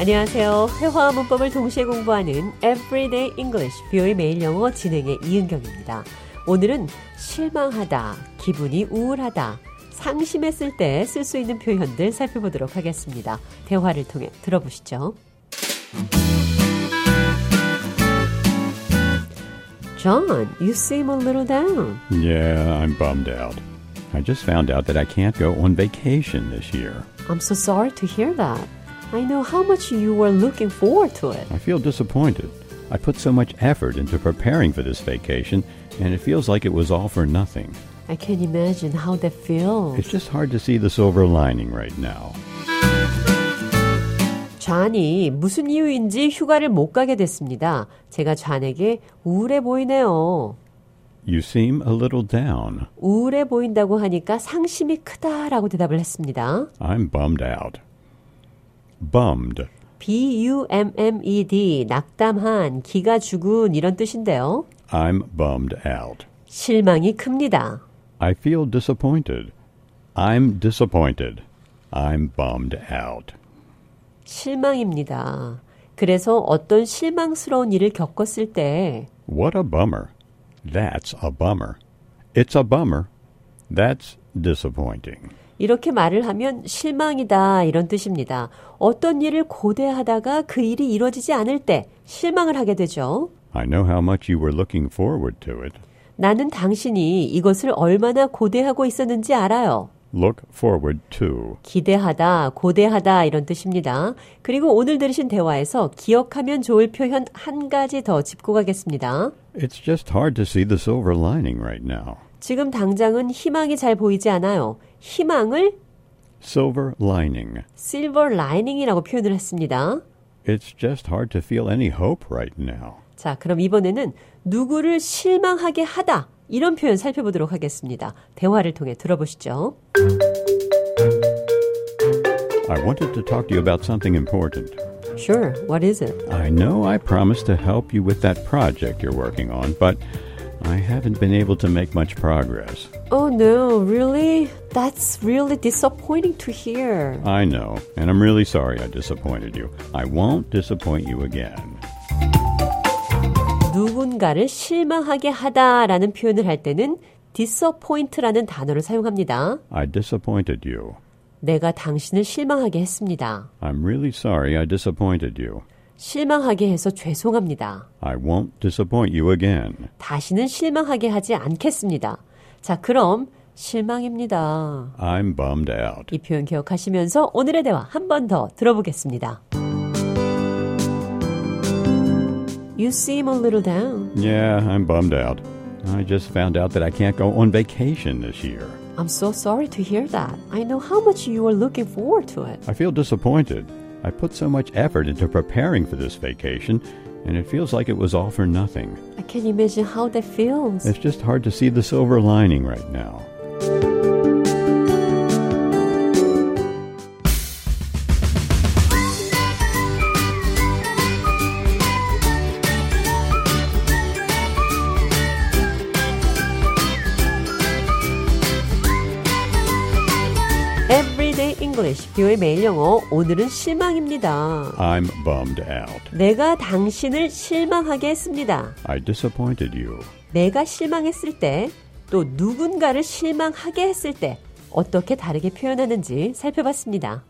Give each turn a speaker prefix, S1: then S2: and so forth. S1: 안녕하세요. 회화와 문법을 동시에 공부하는 Everyday English, 뷰의 매일 영어 진행의 이은경입니다. 오늘은 실망하다, 기분이 우울하다, 상심했을 때 쓸 수 있는 표현들 살펴보도록 하겠습니다. 대화를 통해 들어보시죠. John, you seem a little down.
S2: Yeah, I'm bummed out. I just found out that I can't go on vacation this year.
S1: I'm so sorry to hear that. I know how much you were looking forward to it.
S2: I feel disappointed. I put so much effort into preparing for this vacation, and it feels like it was all for nothing.
S1: I can imagine how that
S2: It's
S1: feels.
S2: just hard to see the silver lining right now.
S1: 좌니 무슨 이유인지 휴가를 못 가게 됐습니다. 제가 좌에게 우울해 보이네요.
S2: You seem a little down.
S1: 우울해 보인다고 하니까 상심이 크다라고 대답을 했습니다.
S2: I'm bummed out. Bummed.
S1: BUMMED E 낙담한 기가 죽은 이런 뜻인데요.
S2: I'm bummed out.
S1: 실망이 큽니다.
S2: I feel disappointed. I'm disappointed. I'm bummed out.
S1: 실망입니다. 그래서 어떤 실망스러운 일을 겪었을 때
S2: What a bummer. That's a bummer. It's a bummer. That's disappointing.
S1: 이렇게 말을 하면 실망이다 이런 뜻입니다. 어떤 일을 고대하다가 그 일이 이루어지지 않을 때 실망을 하게 되죠.
S2: I know how much you were looking forward to it.
S1: 나는 당신이 이것을 얼마나 고대하고 있었는지 알아요.
S2: Look forward to.
S1: 기대하다, 고대하다 이런 뜻입니다. 그리고 오늘 들으신 대화에서 기억하면 좋을 표현 한 가지 더 짚고 가겠습니다.
S2: It's just hard to see the silver lining right now.
S1: 지금 당장은 희망이 잘 보이지 않아요. 희망을
S2: Silver lining.
S1: silver lining이라고 표현을 했습니다.
S2: It's just hard to feel any hope right now.
S1: 자, 그럼 이번에는 누구를 실망하게 하다 이런 표현 살펴보도록 하겠습니다. 대화를 통해 들어보시죠.
S2: I wanted to talk to you about something important.
S1: Sure, what is it?
S2: I know I promised to help you with that project you're working on, but I haven't been able to make much progress.
S1: Oh no, really? That's really disappointing to hear.
S2: I know, and I'm really sorry I disappointed you. I won't disappoint you again.
S1: 누군가를 실망하게 하다라는 표현을 할 때는 disappoint라는 단어를 사용합니다.
S2: I disappointed you.
S1: 내가 당신을 실망하게 했습니다.
S2: I'm really sorry I disappointed you.
S1: 실망하게 해서 죄송합니다.
S2: I won't disappoint you again.
S1: 다시는 실망하게 하지 않겠습니다. 자, 그럼 실망입니다.
S2: I'm bummed out.
S1: 이 표현 기억하시면서 오늘의 대화 한 번 더 들어보겠습니다. You seem a little down.
S2: Yeah, I'm bummed out. I just found out that I can't go on vacation this year.
S1: I'm so sorry to hear that. I know how much you were looking forward to it.
S2: I feel disappointed. I put so much effort into preparing for this vacation, and it feels like it was all for nothing.
S1: I can imagine how that feels.
S2: It's just hard to see the silver lining right now.
S1: Everyday English, 뷰의 매일 영어. 오늘은 실망입니다.
S2: I'm bummed out.
S1: 내가 당신을 실망하게 했습니다.
S2: I disappointed you.
S1: 내가 실망했을 때, 또 누군가를 실망하게 했을 때, 어떻게 다르게 표현하는지 살펴봤습니다.